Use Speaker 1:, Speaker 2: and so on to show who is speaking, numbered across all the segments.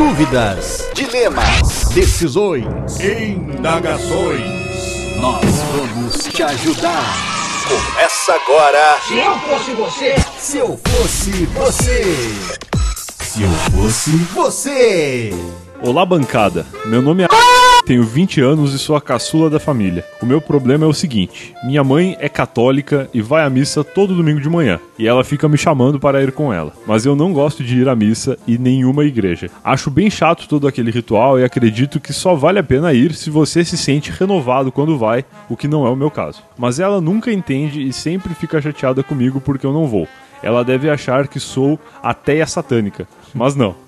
Speaker 1: Dúvidas,
Speaker 2: dilemas,
Speaker 1: decisões.
Speaker 3: Indagações.
Speaker 1: Nós vamos te ajudar.
Speaker 2: começa agora.
Speaker 1: Se eu fosse você. Se eu fosse você.
Speaker 3: Olá, bancada. Meu nome é. Tenho 20 anos e sou a caçula da família. O meu problema é o seguinte: minha mãe é católica e vai à missa todo domingo de manhã, e ela fica me chamando para ir com ela. Mas eu não gosto de ir à missa e nenhuma igreja. Acho bem chato todo aquele ritual e acredito que só vale a pena ir se você se sente renovado quando vai, o que não é o meu caso. Mas ela nunca entende e sempre fica chateada comigo porque eu não vou. Ela deve achar que sou ateia satânica, mas não.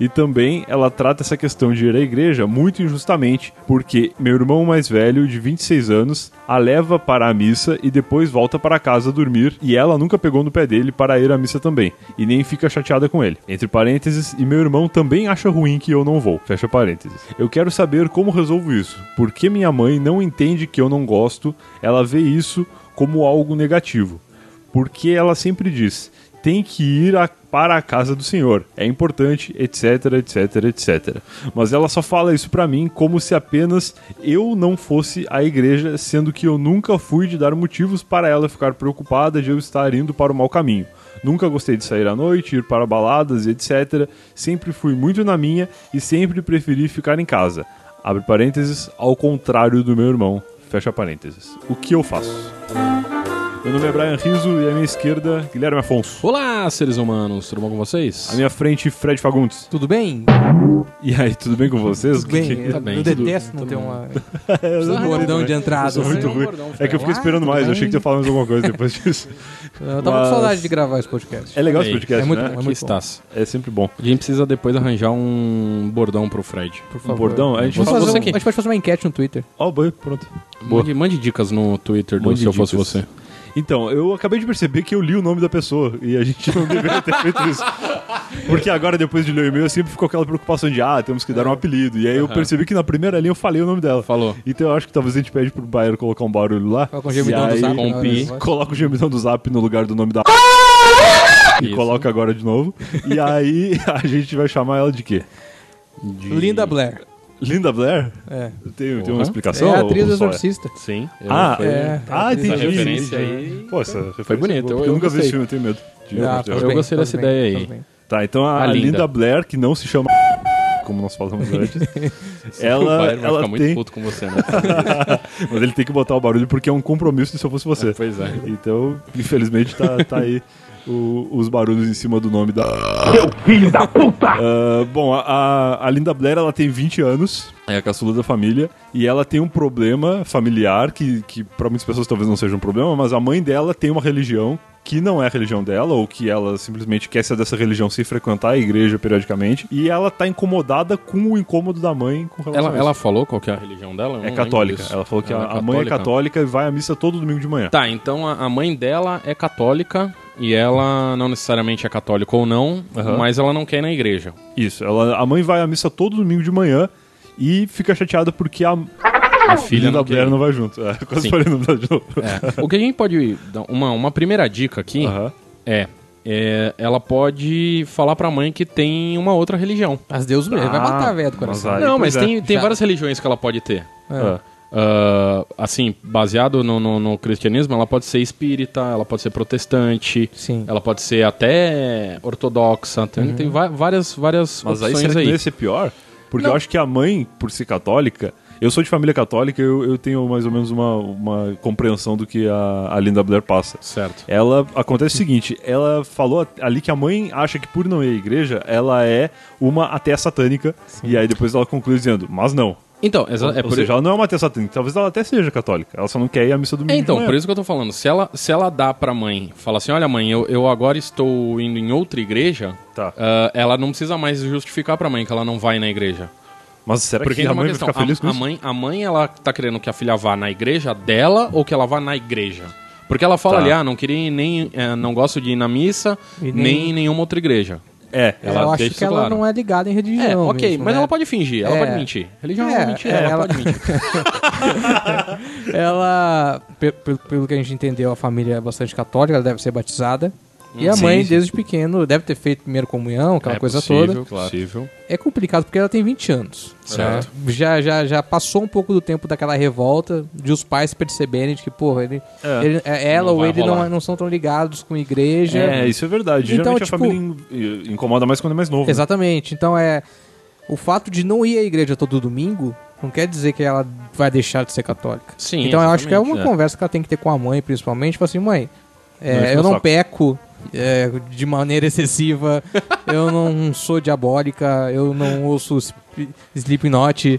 Speaker 3: E também ela trata essa questão de ir à igreja muito injustamente, porque meu irmão mais velho, de 26 anos, a leva para a missa e depois volta para casa dormir, e ela nunca pegou no pé dele para ir à missa também, e nem fica chateada com ele. Entre parênteses, e meu irmão também acha ruim que eu não vou. Fecha parênteses. Eu quero saber como resolvo isso. Por que minha mãe não entende que eu não gosto? Ela vê isso como algo negativo porque ela sempre diz: tem que ir a- para a casa do Senhor, é importante, etc, etc, etc. Mas ela só fala isso pra mim como se apenas eu não fosse à igreja, sendo que eu nunca fui de dar motivos para ela ficar preocupada de eu estar indo para o mau caminho. Nunca gostei de sair à noite, ir para baladas, etc. Sempre fui muito na minha e sempre preferi ficar em casa. Abre parênteses, ao contrário do meu irmão. Fecha parênteses. O que eu faço? Meu nome é Brian Riso e à minha esquerda, Guilherme Afonso.
Speaker 4: Olá, seres humanos, tudo bom com vocês?
Speaker 3: À minha frente, Fred Fagundes.
Speaker 5: Tudo bem?
Speaker 3: E aí, tudo bem com vocês?
Speaker 5: Tudo bem.
Speaker 3: Que- É,
Speaker 5: Eu,
Speaker 4: Tá bem,
Speaker 5: eu
Speaker 4: tudo-
Speaker 5: detesto não
Speaker 4: tá
Speaker 5: ter
Speaker 4: bom.
Speaker 5: uma
Speaker 3: Eu
Speaker 5: um bordão de entrada.
Speaker 3: sou muito
Speaker 5: assim.
Speaker 3: ruim.
Speaker 4: bordão,
Speaker 3: É que eu fiquei esperando mais, eu achei que tinha falado mais alguma coisa depois disso.
Speaker 5: Eu tava
Speaker 3: Mas-
Speaker 5: com saudade de gravar esse podcast.
Speaker 3: É legal
Speaker 4: Ei,
Speaker 3: esse podcast,
Speaker 5: é muito
Speaker 3: né?
Speaker 5: bom,
Speaker 4: Aqui
Speaker 5: é muito
Speaker 4: estás.
Speaker 3: É sempre bom.
Speaker 4: A gente precisa depois arranjar um bordão pro Fred.
Speaker 5: Por favor.
Speaker 3: Um bordão, a gente
Speaker 5: Vamos
Speaker 3: fala...
Speaker 4: Você
Speaker 5: fazer um-
Speaker 4: você
Speaker 5: a
Speaker 4: que-
Speaker 5: gente pode fazer uma enquete no Twitter.
Speaker 3: Ó, boi, pronto.
Speaker 4: Mande, mande dicas no Twitter do
Speaker 3: Mande
Speaker 4: Se Eu Fosse
Speaker 3: dicas.
Speaker 4: Você.
Speaker 3: Então, eu acabei de perceber que eu li o nome da pessoa e a gente não deveria ter feito isso. Porque agora, depois de ler o e-mail, sempre ficou aquela preocupação de, ah, temos que dar um apelido. E aí eu percebi que na primeira linha eu falei o nome dela.
Speaker 4: Falou.
Speaker 3: Então eu acho que talvez a gente pede pro Bayer colocar um barulho lá.
Speaker 5: Coloca um
Speaker 3: E
Speaker 5: gemidão do
Speaker 3: aí-
Speaker 5: zap. na hora
Speaker 4: compi.
Speaker 5: do negócio.
Speaker 3: Coloca o gemidão do zap no lugar do nome da. E
Speaker 4: Isso.
Speaker 3: coloca agora de novo. E aí a gente vai chamar ela de quê?
Speaker 5: Linda Blair.
Speaker 3: Linda Blair?
Speaker 5: É.
Speaker 3: Tem, tem
Speaker 4: Porra.
Speaker 3: uma
Speaker 5: é
Speaker 3: explicação?
Speaker 5: a
Speaker 3: ou-
Speaker 5: atriz
Speaker 3: ou
Speaker 5: do
Speaker 3: só é?
Speaker 5: Exorcista.
Speaker 4: Sim. eu-
Speaker 3: Ah,
Speaker 4: foi-
Speaker 5: É.
Speaker 3: Ah,
Speaker 5: Essa
Speaker 3: entendi.
Speaker 4: referência
Speaker 3: entendi.
Speaker 4: aí-
Speaker 3: Pô, essa referência
Speaker 4: bonita,
Speaker 3: é boa,
Speaker 4: eu-
Speaker 3: porque eu,
Speaker 4: eu
Speaker 3: nunca vi esse
Speaker 4: gostei.
Speaker 3: filme, eu tenho medo. de-
Speaker 5: Ah,
Speaker 3: de-
Speaker 5: faz
Speaker 4: eu gostei
Speaker 5: faz
Speaker 4: dessa ideia aí.
Speaker 5: faz bem.
Speaker 3: Tá, então a,
Speaker 4: A
Speaker 3: a Linda.
Speaker 4: Linda.
Speaker 3: Blair, que não se chama. Como nós falamos antes.
Speaker 4: o
Speaker 3: ela
Speaker 4: Bayern vai
Speaker 3: ela
Speaker 4: ficar muito
Speaker 3: tem.
Speaker 4: puto com você, né?
Speaker 3: Mas ele tem que botar o barulho porque é um compromisso de se eu fosse você.
Speaker 4: pois é.
Speaker 3: Então, infelizmente, tá, tá aí o- os barulhos em cima do nome da. Meu filho da puta! bom, a- a, a Linda Blair ela tem 20 anos, é a caçula da família, e ela tem um problema familiar que, que para muitas pessoas talvez não seja um problema, mas a mãe dela tem uma religião que não é a religião dela, ou que ela simplesmente quer ser dessa religião sem frequentar a igreja periodicamente, e ela tá incomodada com o incômodo da mãe com relação
Speaker 4: Ela,
Speaker 3: a isso.
Speaker 4: ela falou qual que é a religião dela? Eu não
Speaker 3: É
Speaker 4: lembro
Speaker 3: católica.
Speaker 4: disso.
Speaker 3: Ela falou que
Speaker 4: Ela
Speaker 3: a, a mãe é católica e vai à missa todo domingo de manhã.
Speaker 4: Tá, então a, a mãe dela é católica e ela não necessariamente é católica ou não,
Speaker 3: Aham.
Speaker 4: mas ela não quer ir na igreja.
Speaker 3: Isso, ela, a mãe vai à missa todo domingo de manhã e fica chateada porque a
Speaker 4: A filha
Speaker 3: filha da
Speaker 4: não quer
Speaker 3: Blair
Speaker 4: ir.
Speaker 3: não vai junto. É, quase
Speaker 4: Sim.
Speaker 3: falei o nome dela de novo.
Speaker 4: É. O que a gente pode dar uma, uma primeira dica aqui
Speaker 3: Aham.
Speaker 4: é, é, ela pode falar pra mãe que tem uma outra religião.
Speaker 5: Mas Deus me livre, vai matar a velha do coração.
Speaker 3: mas aí-
Speaker 4: não,
Speaker 3: pois
Speaker 4: Ah, mas
Speaker 3: é.
Speaker 4: tem, tem
Speaker 5: Já.
Speaker 4: várias religiões que ela pode ter.
Speaker 5: É.
Speaker 3: É.
Speaker 4: Ah, assim, baseado no, no- no cristianismo, ela pode ser espírita, ela pode ser protestante,
Speaker 5: Sim.
Speaker 4: ela pode ser até ortodoxa. Tem, tem va- várias, várias
Speaker 3: Uhum. Mas aí será
Speaker 4: opções
Speaker 3: que não
Speaker 4: aí.
Speaker 3: ia ser pior? Porque
Speaker 4: Não.
Speaker 3: eu acho que a mãe, por ser católica, eu sou de família católica, eu, eu tenho mais ou menos uma, uma compreensão do que a, a Linda Blair passa.
Speaker 4: Certo.
Speaker 3: Ela acontece o seguinte, ela falou ali que a mãe acha que por não ir à igreja, ela é uma ateia satânica, e aí depois ela conclui dizendo, mas não.
Speaker 4: Então, exa- é
Speaker 3: Ou
Speaker 4: por
Speaker 3: seja, ela não é uma ateia satânica, talvez ela até seja católica, ela só não quer ir à missa do
Speaker 4: É,
Speaker 3: domingo de
Speaker 4: então,
Speaker 3: manhã.
Speaker 4: por isso que eu tô falando. Se ela, se ela dá pra mãe, fala assim, olha mãe, eu, eu agora estou indo em outra igreja,
Speaker 3: Tá.
Speaker 4: ah, ela não precisa mais justificar pra mãe que ela não vai na igreja.
Speaker 3: Mas será
Speaker 4: Porque
Speaker 3: É que
Speaker 4: tem
Speaker 3: a
Speaker 4: uma
Speaker 3: mãe
Speaker 4: questão,
Speaker 3: vai ficar feliz
Speaker 4: a,
Speaker 3: com
Speaker 4: a
Speaker 3: isso?
Speaker 4: mãe, a mãe, ela tá querendo que a filha vá na igreja dela ou que ela vá na igreja? Porque ela fala
Speaker 3: Tá.
Speaker 4: ali, ah, não queria ir nem, eh, não gosto de ir na missa,
Speaker 5: E nem-
Speaker 4: nem em nenhuma outra igreja.
Speaker 3: É,
Speaker 4: ela
Speaker 5: eu acho
Speaker 4: deixa
Speaker 5: que
Speaker 4: isso
Speaker 5: ela
Speaker 4: claro.
Speaker 5: não é ligada em religião.
Speaker 4: é, ok,
Speaker 5: mesmo,
Speaker 4: mas
Speaker 5: né?
Speaker 4: ela pode fingir, ela
Speaker 5: É.
Speaker 4: pode mentir. Religião é,
Speaker 5: É,
Speaker 4: uma mentira,
Speaker 5: é,
Speaker 4: ela,
Speaker 5: ela-
Speaker 4: pode mentir.
Speaker 5: Ela, pe- pelo, pelo que a gente entendeu, a família é bastante católica, ela deve ser batizada. E a mãe,
Speaker 3: sim.
Speaker 5: desde pequeno, deve ter feito primeira comunhão, aquela
Speaker 4: Hum, É
Speaker 5: coisa
Speaker 4: possível,
Speaker 5: toda.
Speaker 4: Claro. Possível.
Speaker 5: É complicado porque ela tem 20 anos.
Speaker 4: Certo.
Speaker 5: né? Já, já, já passou um pouco do tempo daquela revolta de os pais perceberem de que, porra, ele,
Speaker 3: É.
Speaker 5: ele- é, ela
Speaker 4: Não
Speaker 5: ou
Speaker 4: vai
Speaker 5: ele não,
Speaker 4: rolar.
Speaker 5: não são tão ligados com igreja.
Speaker 3: É, isso é verdade.
Speaker 5: Então,
Speaker 3: Geralmente
Speaker 5: tipo-
Speaker 3: a família in- incomoda mais quando é mais novo. né?
Speaker 5: Exatamente. Então é. O fato de não ir à igreja todo domingo não quer dizer que ela vai deixar de ser católica.
Speaker 4: Sim,
Speaker 5: Então eu acho que é uma
Speaker 3: é.
Speaker 5: conversa que ela tem que ter com a mãe, principalmente, tipo assim, mãe,
Speaker 3: Não
Speaker 5: é,
Speaker 3: enche
Speaker 5: eu
Speaker 3: meu
Speaker 5: não
Speaker 3: saco."
Speaker 5: peco é, de maneira excessiva, eu não sou diabólica, eu não ouço Sp- Slipknot,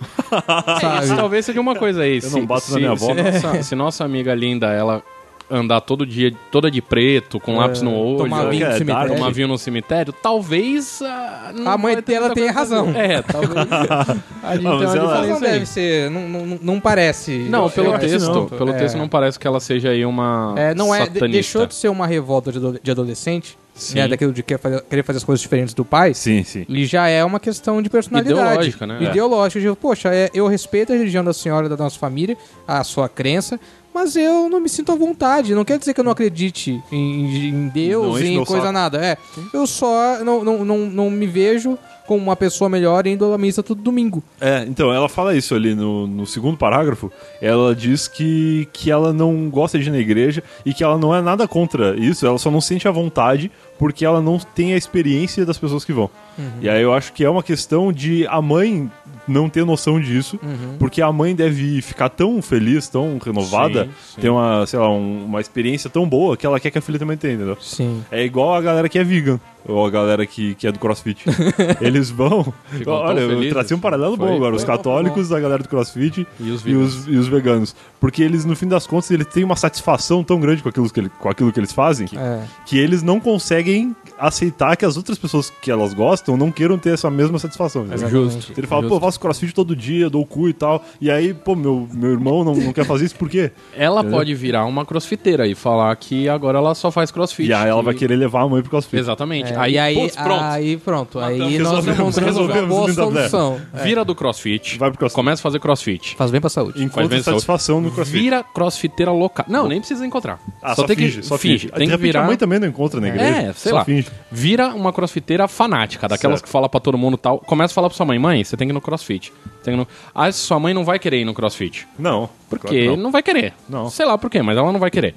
Speaker 5: sabe?
Speaker 4: Isso talvez seja uma coisa aí. Eu
Speaker 3: não bato na minha avó.
Speaker 4: Se nossa, se nossa amiga linda, ela andar todo dia, toda de preto, com lápis no olho,
Speaker 5: tomar
Speaker 4: ela-
Speaker 5: vinho no
Speaker 3: é,
Speaker 5: cemitério.
Speaker 3: dar
Speaker 4: tomar vinho no cemitério, talvez ah, não
Speaker 5: A mãe
Speaker 4: vai ter
Speaker 5: dela
Speaker 4: muita
Speaker 5: tem
Speaker 4: coisa a
Speaker 5: razão.
Speaker 4: ver. É, talvez. a gente
Speaker 3: Não,
Speaker 4: tem
Speaker 3: mas
Speaker 4: uma
Speaker 3: ela-
Speaker 5: Mas
Speaker 4: diferença
Speaker 5: não
Speaker 4: aí.
Speaker 5: deve ser, não, não, não parece.
Speaker 4: Não,
Speaker 5: Eu- eu
Speaker 4: pelo
Speaker 5: acho que
Speaker 4: texto,
Speaker 5: não.
Speaker 4: pelo
Speaker 5: assim, É.
Speaker 4: texto não parece que ela seja aí uma
Speaker 5: É, não é, de-
Speaker 4: satanista.
Speaker 5: deixou de ser uma revolta de, ado- de adolescente,
Speaker 4: Sim.
Speaker 5: né, daquilo de querer fazer, querer fazer as coisas diferentes do pai,
Speaker 3: Sim, sim.
Speaker 5: e já é uma questão de personalidade.
Speaker 4: Ideológica, né?
Speaker 5: Ideológica, de, poxa, é, eu respeito a religião da senhora, da nossa família, a sua crença, mas eu não me sinto à vontade, não quer dizer que eu não acredite em, em
Speaker 3: Não
Speaker 5: Deus,
Speaker 3: enche
Speaker 5: em
Speaker 3: meu
Speaker 5: coisa
Speaker 3: saco.
Speaker 5: nada, é. Eu só não, não, não, não me vejo como uma pessoa melhor indo à missa todo domingo.
Speaker 3: É, então, ela fala isso ali no, no segundo parágrafo. Ela diz que, que ela não gosta de ir na igreja e que ela não é nada contra isso, ela só não sente a vontade porque ela não tem a experiência das pessoas que vão.
Speaker 4: Uhum.
Speaker 3: E aí eu acho que é uma questão de a mãe não ter noção disso,
Speaker 4: Uhum.
Speaker 3: porque a mãe deve ficar tão feliz, tão renovada,
Speaker 4: Sim, sim.
Speaker 3: ter uma, sei lá, um- uma experiência tão boa que ela quer que a filha também tenha, entendeu?
Speaker 5: Sim.
Speaker 3: É igual a galera que é vegan, ou a galera que, que é do crossfit. Eles vão.
Speaker 4: Ficam
Speaker 3: Olha,
Speaker 4: tão
Speaker 3: eu
Speaker 4: felizes.
Speaker 3: tracei um paralelo
Speaker 4: Foi-
Speaker 3: bom agora. Os
Speaker 4: foi bom,
Speaker 3: católicos, a galera do crossfit
Speaker 4: E os
Speaker 3: e os, e os veganos. Porque eles, no fim das contas, eles têm uma satisfação tão grande com aquilo que, ele- com aquilo que eles fazem
Speaker 5: É.
Speaker 3: que eles não conseguem aceitar que as outras pessoas que elas gostam não queiram ter essa mesma satisfação. entendeu?
Speaker 4: É Justo.
Speaker 3: É Ele fala, pô, eu faço crossfit todo dia, dou o cu e tal. E aí, pô, meu, meu irmão não, não quer fazer isso por quê?
Speaker 4: Ela pode virar uma crossfiteira e falar que agora ela só faz crossfit.
Speaker 3: E aí ela vai
Speaker 4: que-
Speaker 3: querer levar a mãe pro crossfit.
Speaker 4: Exatamente.
Speaker 5: É,
Speaker 4: aí,
Speaker 5: e aí,
Speaker 4: putz, pronto.
Speaker 5: aí pronto, aí
Speaker 3: Matamos.
Speaker 5: nós
Speaker 3: Resolvemos,
Speaker 5: encontramos uma
Speaker 3: resolvemos,
Speaker 5: boa
Speaker 3: linda Blair.
Speaker 5: solução. É.
Speaker 4: Vira do crossfit.
Speaker 3: Vai pro crossfit.
Speaker 4: Começa a fazer crossfit.
Speaker 5: Faz bem pra saúde.
Speaker 4: Faz
Speaker 3: Encontra
Speaker 4: bem, saúde.
Speaker 3: satisfação no crossfit.
Speaker 4: Vira crossfiteira local. Não, nem precisa encontrar.
Speaker 3: Ah, só,
Speaker 4: tem
Speaker 3: finge,
Speaker 4: que
Speaker 3: só finge. Aí, de
Speaker 4: Tem que
Speaker 3: repente,
Speaker 4: virar.
Speaker 3: A mãe também não encontra na igreja.
Speaker 4: É, sei
Speaker 3: só
Speaker 4: lá.
Speaker 3: Finge.
Speaker 4: Vira uma crossfiteira fanática, daquelas
Speaker 3: Certo.
Speaker 4: que fala pra todo mundo e tal. Começa a falar pra sua mãe, mãe, você tem que ir no crossfit. Tem que ir no... Ah, sua mãe não vai querer ir no crossfit.
Speaker 3: Não.
Speaker 4: Por
Speaker 3: claro
Speaker 4: quê?
Speaker 3: que
Speaker 4: não. vai querer.
Speaker 3: Não.
Speaker 4: Sei lá por quê, mas ela não vai querer.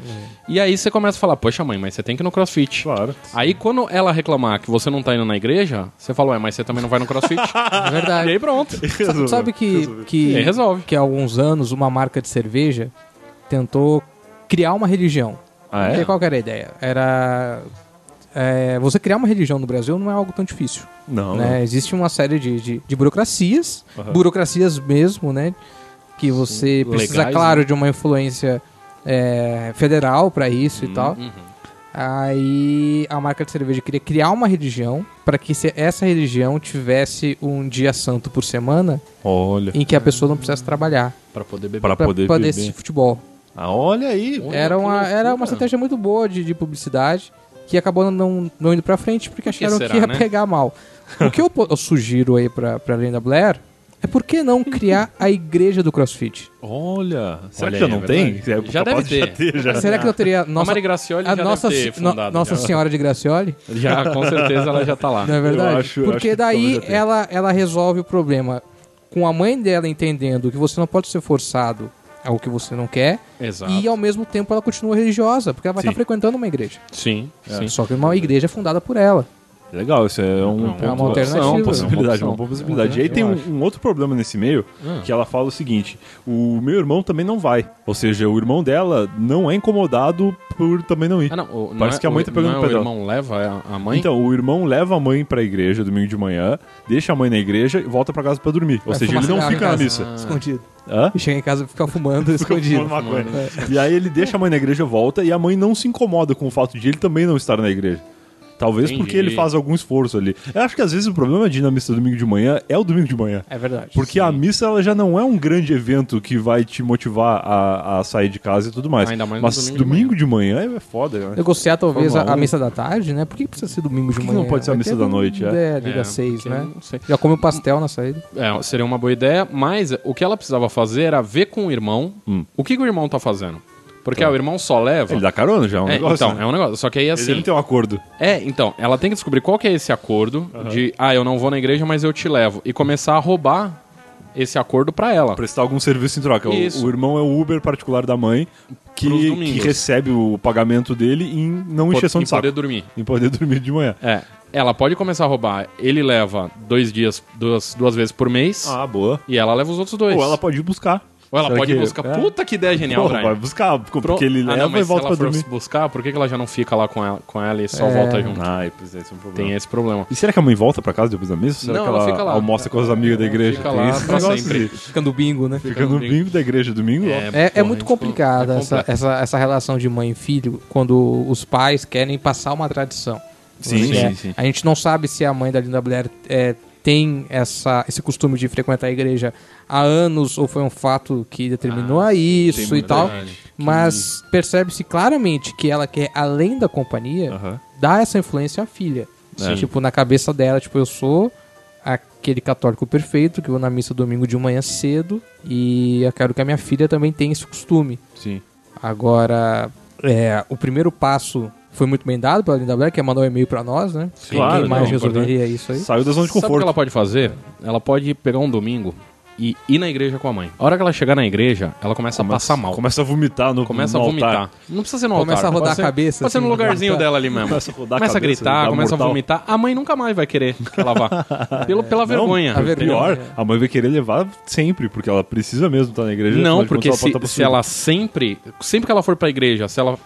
Speaker 4: E aí você começa a falar, poxa mãe, mas você tem que ir no crossfit.
Speaker 3: Claro.
Speaker 4: Aí quando ela reclamar que você não tá indo na igreja, você fala, ué, mas você também não vai no crossfit.
Speaker 5: É
Speaker 4: e
Speaker 5: verdade.
Speaker 4: aí pronto.
Speaker 5: Sa-
Speaker 3: Resolveu.
Speaker 5: Sabe que, que,
Speaker 4: E aí resolve.
Speaker 5: que há alguns anos uma marca de cerveja tentou criar uma religião.
Speaker 3: Ah, é?
Speaker 5: E Qual que era a ideia? Era. é, você criar uma religião no Brasil não é algo tão difícil.
Speaker 3: Não.
Speaker 5: né? Existe uma série de, de, de burocracias, burocracias mesmo, né? Que você precisa,
Speaker 3: né?
Speaker 4: legais,
Speaker 5: claro, de uma influência é, federal para isso
Speaker 3: Uhum.
Speaker 5: e tal. Aí a marca de cerveja queria criar uma religião para que se- essa religião tivesse um dia santo por semana
Speaker 3: não. Olha.
Speaker 5: em que a pessoa não precisasse trabalhar
Speaker 4: Pra poder beber.
Speaker 3: Pra
Speaker 5: para
Speaker 3: poder
Speaker 5: poder
Speaker 3: beber.
Speaker 5: assistir futebol.
Speaker 3: Ah, olha aí.
Speaker 4: Olha
Speaker 5: Era
Speaker 4: que
Speaker 5: uma, era uma
Speaker 4: loucura.
Speaker 5: estratégia muito boa de, de publicidade que acabou não, não indo pra frente porque acharam
Speaker 4: será,
Speaker 5: que ia
Speaker 4: né?
Speaker 5: pegar mal. O que eu, po- eu sugiro aí pra, pra Linda Blair é por que não criar a igreja do CrossFit?
Speaker 3: Olha. Será
Speaker 4: Olha
Speaker 3: que já
Speaker 4: aí,
Speaker 3: não
Speaker 4: é
Speaker 3: tem?
Speaker 4: verdade.
Speaker 3: É
Speaker 4: Já
Speaker 3: capaz
Speaker 4: deve
Speaker 3: de
Speaker 4: ter.
Speaker 3: Já já.
Speaker 5: Será que não teria
Speaker 4: É a
Speaker 5: nossa,
Speaker 4: Mari Gracioli
Speaker 5: a
Speaker 4: já
Speaker 5: nossa,
Speaker 4: deve ter
Speaker 5: se- no-
Speaker 4: fundado. né?
Speaker 5: Nossa
Speaker 4: já.
Speaker 5: Senhora de Gracioli?
Speaker 4: Já, com certeza ela já tá lá.
Speaker 5: Não é verdade?
Speaker 3: acho- acho
Speaker 5: Porque
Speaker 3: que
Speaker 5: daí
Speaker 3: talvez já tenha.
Speaker 5: ela, ela resolve o problema com a mãe dela entendendo que você não pode ser forçado ao que você não quer
Speaker 4: Exato.
Speaker 5: e ao mesmo tempo ela continua religiosa porque ela vai
Speaker 3: Sim.
Speaker 5: estar frequentando uma igreja.
Speaker 4: Sim, sim.
Speaker 3: É.
Speaker 5: Só que uma igreja fundada por ela.
Speaker 3: Legal, isso é um
Speaker 4: uma
Speaker 3: ponto.
Speaker 5: alternativa.
Speaker 3: uma possibilidade,
Speaker 4: É
Speaker 3: uma
Speaker 4: uma opção.
Speaker 3: possibilidade. E aí tem
Speaker 4: Eu
Speaker 3: um,
Speaker 4: acho.
Speaker 3: um outro problema nesse meio, que ela fala o seguinte: o meu irmão também não vai. Ou seja, o irmão dela não é incomodado por também não ir.
Speaker 4: Ah, não, o- não
Speaker 3: Parece
Speaker 4: é-
Speaker 3: que a mãe tá
Speaker 4: o-
Speaker 3: pegando
Speaker 4: não
Speaker 3: o pé
Speaker 4: é o
Speaker 3: dela.
Speaker 4: irmão leva a- a mãe?
Speaker 3: Então, o irmão leva a mãe pra igreja domingo de manhã, deixa a mãe na igreja e volta pra casa pra dormir. Ou
Speaker 4: É,
Speaker 5: Vai
Speaker 3: seja,
Speaker 5: fumar
Speaker 3: ele não
Speaker 5: cigarro em
Speaker 3: fica na
Speaker 5: casa.
Speaker 3: missa.
Speaker 5: Escondido.
Speaker 3: Hã?
Speaker 5: E chega em casa e fica fumando escondido. É.
Speaker 3: Fumando maconha. E aí ele deixa a mãe na igreja volta e a mãe não se incomoda com o fato de ele também não estar na igreja. Talvez
Speaker 4: Entendi.
Speaker 3: porque ele faz algum esforço ali. Eu acho que às vezes o problema de ir na missa domingo de manhã é o domingo de manhã.
Speaker 5: É verdade.
Speaker 3: Porque a missa ela já não é um grande evento que vai te motivar a, a sair de casa e tudo mais.
Speaker 4: Ainda mais no
Speaker 3: Mas
Speaker 4: domingo de
Speaker 3: domingo de manhã. é foda, né?
Speaker 5: Negociar talvez
Speaker 3: Fórmula
Speaker 5: a, a
Speaker 3: um.
Speaker 5: missa da tarde, né? Por que precisa ser domingo de
Speaker 3: que
Speaker 5: manhã?
Speaker 3: não pode ser a
Speaker 5: Vai
Speaker 3: missa
Speaker 5: ter
Speaker 3: da
Speaker 5: um-
Speaker 3: noite, é?
Speaker 5: É, ali
Speaker 4: É,
Speaker 5: das seis,
Speaker 4: porque
Speaker 5: né?
Speaker 4: não sei.
Speaker 5: Já come um pastel na saída.
Speaker 4: É, seria uma boa ideia, mas o que ela precisava fazer era ver com o irmão o que, que o irmão tá fazendo. Porque ah, o irmão só leva.
Speaker 3: Hum. Ele dá carona já, é um
Speaker 4: É,
Speaker 3: negócio.
Speaker 4: então,
Speaker 3: né?
Speaker 4: é um negócio. Só que aí
Speaker 3: Ele-
Speaker 4: assim.
Speaker 3: Ele tem um acordo.
Speaker 4: É, então, ela tem que descobrir qual que é esse acordo de, ah, eu não vou na igreja, mas eu te levo. E começar a roubar esse acordo pra ela.
Speaker 3: Prestar algum serviço em troca. O,
Speaker 4: Isso.
Speaker 3: o irmão é o Uber particular da mãe que,
Speaker 4: Pros domingos.
Speaker 3: que recebe o pagamento dele em não encheção
Speaker 4: Em
Speaker 3: de saco.
Speaker 4: poder dormir.
Speaker 3: Em poder dormir de manhã.
Speaker 4: É. Ela pode começar a roubar. Ele leva dois dias, duas, duas vezes por mês.
Speaker 3: Ah, boa.
Speaker 4: E ela leva os outros dois.
Speaker 3: Ou ela pode ir buscar.
Speaker 4: Ou ela
Speaker 3: Será
Speaker 4: pode
Speaker 3: que-
Speaker 4: buscar.
Speaker 3: é.
Speaker 4: Puta que ideia genial,
Speaker 3: Porra,
Speaker 4: Brian.
Speaker 3: vai buscar, porque
Speaker 4: Pro-
Speaker 3: ele
Speaker 4: Ah,
Speaker 3: leva
Speaker 4: não, mas
Speaker 3: e volta
Speaker 4: se ela
Speaker 3: pra
Speaker 4: for
Speaker 3: dormir.
Speaker 4: buscar, por que que ela já não fica lá com ela, com ela e só
Speaker 5: É.
Speaker 4: volta junto?
Speaker 3: Ai, pois é, esse é um problema.
Speaker 4: Tem esse problema.
Speaker 3: E será que a mãe volta pra casa depois da missa? Será
Speaker 4: Não,
Speaker 3: que
Speaker 4: ela
Speaker 3: ela,
Speaker 4: fica lá. É,
Speaker 3: almoça com as amigas da igreja?
Speaker 4: fica
Speaker 3: Tem
Speaker 4: lá
Speaker 3: esse
Speaker 4: pra
Speaker 3: negócio
Speaker 4: sempre.
Speaker 3: de-
Speaker 5: Ficando bingo, né?
Speaker 3: Fica no bingo da igreja domingo. ó.
Speaker 5: É, é
Speaker 4: porra,
Speaker 5: muito
Speaker 4: isso
Speaker 5: complicada
Speaker 4: é
Speaker 5: essa,
Speaker 4: complexo.
Speaker 5: essa, essa relação de mãe e filho quando os pais querem passar uma tradição.
Speaker 3: Sim,
Speaker 5: Assim,
Speaker 3: sim,
Speaker 5: é,
Speaker 3: sim.
Speaker 5: A gente não sabe se a mãe da Linda Blair é, tem essa, esse costume de frequentar a igreja há anos ou foi um fato que determinou a isso e
Speaker 3: muita
Speaker 5: tal.
Speaker 4: gente
Speaker 5: Mas percebe-se claramente que ela quer, além da companhia,
Speaker 3: Aham. É.
Speaker 5: dar essa influência à filha.
Speaker 3: Sim.
Speaker 5: Tipo, na cabeça dela, tipo, eu sou aquele católico perfeito que vou na missa domingo de manhã cedo e eu quero que a minha filha também tenha esse costume.
Speaker 3: Sim.
Speaker 5: Agora, é, o primeiro passo foi muito bem dado pela Linda Blair, que é mandar um e-mail pra nós, né?
Speaker 3: Claro,
Speaker 5: Quem mais
Speaker 3: não,
Speaker 5: resolveria isso aí?
Speaker 3: Saiu da zona de
Speaker 4: Sabe o que
Speaker 3: conforto.
Speaker 4: ela pode fazer? Ela pode pegar um domingo e ir na igreja com a mãe. A hora que ela chegar na igreja, ela começa a passar mal.
Speaker 3: Começa a vomitar no
Speaker 4: Começa a
Speaker 3: no
Speaker 4: vomitar.
Speaker 3: altar.
Speaker 4: Não precisa ser no
Speaker 5: Começa
Speaker 4: altar.
Speaker 5: a rodar
Speaker 4: pode ser-
Speaker 5: a cabeça,
Speaker 4: Pode ser no
Speaker 5: assim,
Speaker 4: lugarzinho
Speaker 5: tá.
Speaker 4: dela ali mesmo.
Speaker 3: Começa a rodar a
Speaker 4: Começa a
Speaker 3: cabeça,
Speaker 4: gritar,
Speaker 3: dá um
Speaker 4: começa
Speaker 3: mortal.
Speaker 4: a vomitar. A mãe nunca mais vai querer que ela vá. Pelo, pela
Speaker 3: Não,
Speaker 4: vergonha.
Speaker 5: a vergonha.
Speaker 4: entendeu?
Speaker 3: Pior, a mãe vai querer levar sempre, porque ela precisa mesmo estar na igreja. afinal
Speaker 4: Não,
Speaker 3: de
Speaker 4: porque
Speaker 3: contas,
Speaker 4: se,
Speaker 3: pode estar
Speaker 4: se ela sempre. Sempre que ela for pra igreja, se ela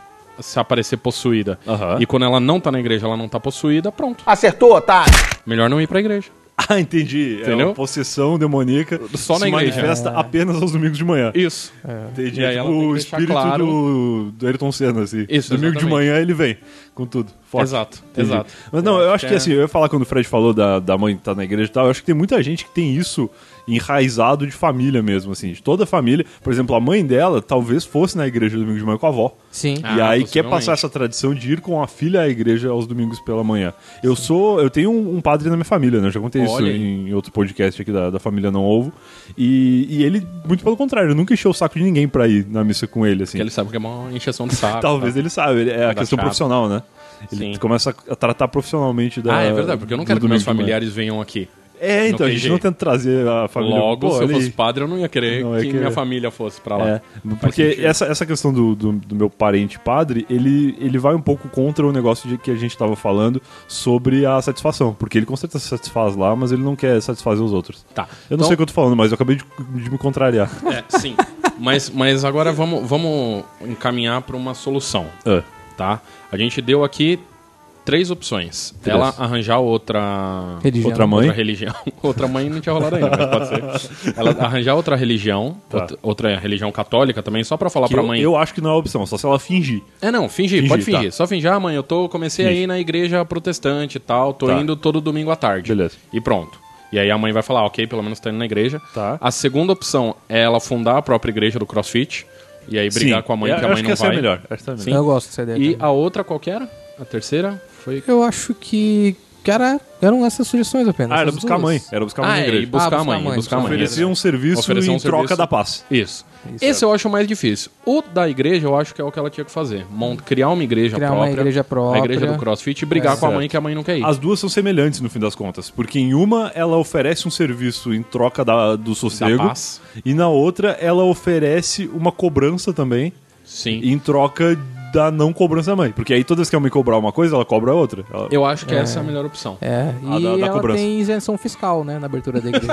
Speaker 4: se aparecer possuída
Speaker 3: Aham.
Speaker 4: e quando ela não tá na igreja, ela não tá possuída, pronto.
Speaker 2: Acertou, otário.
Speaker 4: Melhor não ir pra igreja.
Speaker 3: Ah, entendi. É
Speaker 4: Entendeu?
Speaker 3: uma possessão demoníaca
Speaker 4: Só
Speaker 3: se
Speaker 4: na igreja.
Speaker 3: manifesta apenas aos domingos de manhã.
Speaker 4: Isso.
Speaker 3: Entendi.
Speaker 4: E
Speaker 3: É
Speaker 4: aí
Speaker 3: tipo
Speaker 4: ela tem que
Speaker 3: o
Speaker 4: deixar
Speaker 3: espírito
Speaker 4: claro-
Speaker 3: do, do Ayrton Senna, assim.
Speaker 4: Isso,
Speaker 3: Domingo de
Speaker 4: exatamente.
Speaker 3: manhã ele vem com tudo. Forte.
Speaker 4: Exato,
Speaker 3: Entendi.
Speaker 4: exato. É,
Speaker 3: Mas não, eu acho que assim, eu ia falar quando o Fred falou da, da mãe estar na igreja e tal, eu acho que tem muita gente que tem isso enraizado de família mesmo, assim, de toda a família. Por exemplo, a mãe dela talvez fosse na igreja domingo de manhã com a avó.
Speaker 5: Sim.
Speaker 4: Ah,
Speaker 3: e aí quer
Speaker 4: possivelmente.
Speaker 3: passar essa tradição de ir com a filha à igreja aos domingos pela manhã. Eu sou, eu tenho um, um padre na minha família, né? Eu já contei isso
Speaker 4: Olha aí.
Speaker 3: em outro podcast aqui da, da família Não Ovo. E, e ele, muito pelo contrário, nunca encheu o saco de ninguém pra ir na missa com ele, assim.
Speaker 4: Porque ele sabe que é uma encheção de saco.
Speaker 3: Talvez
Speaker 4: tá?
Speaker 3: ele saiba, ele- é a
Speaker 4: Tá
Speaker 3: questão
Speaker 4: chato.
Speaker 3: profissional, né? Ele
Speaker 4: Sim.
Speaker 3: começa a tratar profissionalmente da.
Speaker 4: Ah, é verdade, porque eu não
Speaker 3: do
Speaker 4: quero que
Speaker 3: domingo
Speaker 4: meus
Speaker 3: de manhã.
Speaker 4: familiares venham aqui.
Speaker 3: É,
Speaker 4: Não
Speaker 3: então, a
Speaker 4: tem
Speaker 3: gente não
Speaker 4: jeito.
Speaker 3: tenta trazer a família.
Speaker 4: Logo,
Speaker 3: Pô,
Speaker 4: se eu
Speaker 3: olha aí.
Speaker 4: fosse padre, eu não ia querer
Speaker 3: Não ia
Speaker 4: que
Speaker 3: querer.
Speaker 4: minha família fosse pra lá.
Speaker 3: É, porque
Speaker 4: sentido.
Speaker 3: essa, essa questão do, do, do meu parente padre, ele, ele vai um pouco contra o negócio de que a gente tava falando sobre a satisfação. Porque ele com certeza se satisfaz lá, mas ele não quer satisfazer os outros.
Speaker 4: Tá.
Speaker 3: Eu não sei o que eu tô falando, mas eu acabei de, de me contrariar.
Speaker 4: É, sim. mas, mas agora vamos, vamos encaminhar pra uma solução,
Speaker 3: Ah,
Speaker 4: tá? A gente deu aqui três opções.
Speaker 3: Três.
Speaker 4: Ela arranjar outra...
Speaker 5: Religião.
Speaker 3: outra mãe.
Speaker 4: Outra religião. Outra mãe não tinha rolado ainda, mas pode ser. Ela arranjar outra religião,
Speaker 3: Tá.
Speaker 4: outra, outra religião católica também, só pra falar
Speaker 3: que
Speaker 4: pra
Speaker 3: eu,
Speaker 4: mãe.
Speaker 3: eu acho que não é opção, só se ela fingir.
Speaker 4: É, não, fingir,
Speaker 3: Fingir,
Speaker 4: pode fingir.
Speaker 3: tá.
Speaker 4: Só fingir, ah, mãe, eu tô, comecei
Speaker 3: Finge.
Speaker 4: aí na igreja protestante e tal, tô
Speaker 3: Tá.
Speaker 4: indo todo domingo à tarde.
Speaker 3: Beleza.
Speaker 4: E pronto. E aí a mãe vai falar, ok, pelo menos tá indo na igreja.
Speaker 3: Tá.
Speaker 4: A segunda opção é ela fundar a própria igreja do CrossFit e aí brigar
Speaker 3: Sim.
Speaker 4: com a mãe
Speaker 3: Eu-
Speaker 4: que a
Speaker 3: eu
Speaker 4: mãe
Speaker 3: acho
Speaker 4: não
Speaker 3: que essa
Speaker 4: vai.
Speaker 3: é a melhor. Essa é a melhor.
Speaker 4: Sim.
Speaker 5: Eu gosto dessa ideia.
Speaker 4: E
Speaker 5: também.
Speaker 4: a outra qual que era? A terceira? Foi...
Speaker 5: Eu acho que, cara, eram essas sugestões apenas.
Speaker 3: Ah, era
Speaker 5: essas
Speaker 3: buscar a
Speaker 5: duas.
Speaker 3: mãe. Era buscar a mãe
Speaker 4: Ah,
Speaker 3: na
Speaker 4: é,
Speaker 3: igreja.
Speaker 4: e buscar
Speaker 5: Ah,
Speaker 4: a mãe, e buscar a mãe.
Speaker 3: Oferecer um serviço
Speaker 4: Oferecer um
Speaker 3: em troca
Speaker 4: serviço.
Speaker 3: da paz.
Speaker 4: Isso. Esse eu acho o mais difícil. O da igreja eu acho que é o que ela tinha que fazer. Mont criar uma igreja
Speaker 5: Criar uma
Speaker 4: própria.
Speaker 5: igreja própria.
Speaker 4: A igreja do CrossFit e brigar
Speaker 5: É.
Speaker 4: com a mãe que a mãe não quer ir.
Speaker 3: As duas são semelhantes no fim das contas, porque em uma ela oferece um serviço em troca da- do sossego,
Speaker 4: Da paz.
Speaker 3: e na outra ela oferece uma cobrança também
Speaker 4: Sim.
Speaker 3: em troca da não cobrança da mãe. Porque aí toda vez que a mãe cobrar uma coisa, ela cobra a outra. Ela-
Speaker 4: Eu acho que essa é a melhor opção.
Speaker 5: É,
Speaker 3: A
Speaker 5: e
Speaker 3: da- da
Speaker 5: ela
Speaker 3: cobrança.
Speaker 5: tem isenção fiscal, né, na abertura da igreja.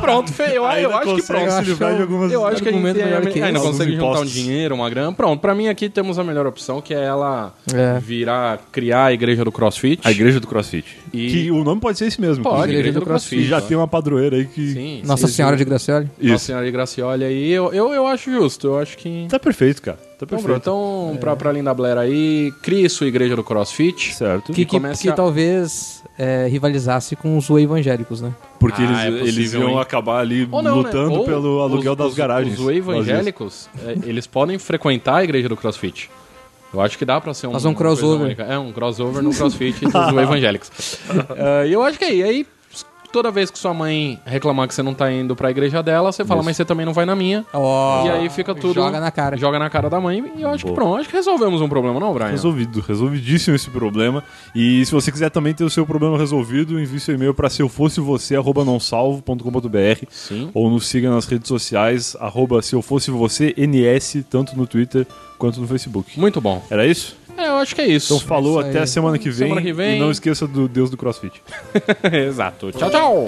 Speaker 4: Pronto, feio. Eu,
Speaker 3: Ainda
Speaker 4: eu acho que
Speaker 3: consegue
Speaker 4: pronto.
Speaker 3: se
Speaker 5: acho-
Speaker 3: livrar de algumas-
Speaker 4: Eu acho que a gente
Speaker 5: Argumento
Speaker 4: tem
Speaker 5: melhor
Speaker 4: a-
Speaker 5: que
Speaker 4: ainda
Speaker 5: esse.
Speaker 4: consegue
Speaker 3: Alguns
Speaker 4: juntar um
Speaker 3: impostos.
Speaker 4: dinheiro, uma grana. Pronto, pra mim aqui temos a melhor opção, que é ela
Speaker 5: É.
Speaker 4: virar, criar a igreja do CrossFit.
Speaker 3: A igreja do CrossFit.
Speaker 4: E-
Speaker 3: Que o nome pode ser esse mesmo.
Speaker 4: Pode,
Speaker 3: inclusive.
Speaker 5: Igreja do
Speaker 3: E já tem um uma padroeira aí que.
Speaker 4: Sim,
Speaker 5: Nossa
Speaker 4: sim.
Speaker 5: Senhora de Gracioli.
Speaker 4: Nossa
Speaker 3: Isso.
Speaker 4: Senhora de Graciolha aí. Eu, eu, eu acho justo, eu acho que...
Speaker 3: Tá perfeito, cara. Tá
Speaker 4: Então,
Speaker 3: perfeito.
Speaker 4: Bruno, então pra, pra Linda Blair aí, crie sua igreja do CrossFit.
Speaker 3: Certo.
Speaker 5: Que,
Speaker 4: E
Speaker 5: que,
Speaker 4: começa
Speaker 5: que
Speaker 4: a-
Speaker 5: talvez é, rivalizasse com os Zoe evangélicos, né?
Speaker 3: Porque
Speaker 4: Ah, é
Speaker 3: eles,
Speaker 4: possível,
Speaker 3: eles iam
Speaker 4: hein?
Speaker 3: acabar ali
Speaker 4: Ou não, né?
Speaker 3: lutando
Speaker 4: Ou
Speaker 3: pelo
Speaker 4: os-
Speaker 3: aluguel das
Speaker 4: os-
Speaker 3: garagens.
Speaker 4: Os evangélicos, eh, eles podem frequentar a igreja do CrossFit. Eu acho que dá pra ser um...
Speaker 5: Fazer um
Speaker 4: uma coisa
Speaker 5: crossover.
Speaker 4: É, única. É, um crossover no CrossFit dos evangélicos. Eh, E eu acho que aí, aí toda vez que sua mãe reclamar que você não tá indo pra igreja dela, você fala, mas você também não vai na minha.
Speaker 5: Ó,
Speaker 3: Ah.
Speaker 4: e aí fica tudo.
Speaker 5: Oh, Joga na cara.
Speaker 4: Joga na cara da mãe. E eu acho que pronto, acho que resolvemos um problema, não, Brian?
Speaker 3: Resolvido, resolvidíssimo esse problema. E se você quiser também ter o seu problema resolvido, envie seu e-mail para se eu fosse você, arroba nãosalvo.com.br
Speaker 4: Sim.
Speaker 3: ou nos siga nas redes sociais, arroba se eu fosse você, NS, tanto no Twitter quanto no Facebook.
Speaker 4: Muito bom.
Speaker 3: Era isso?
Speaker 4: É, eu acho que é isso.
Speaker 3: Então falou,
Speaker 5: isso aí.
Speaker 3: até a semana que, vem,
Speaker 4: Semana que vem.
Speaker 3: E não esqueça do Deus do CrossFit.
Speaker 4: Exato. Tchau, tchau.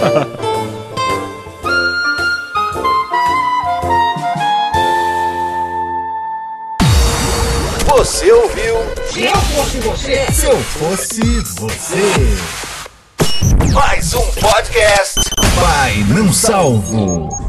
Speaker 2: Você ouviu?
Speaker 1: Se eu fosse você.
Speaker 2: Mais um podcast.
Speaker 1: Pai, não salvo.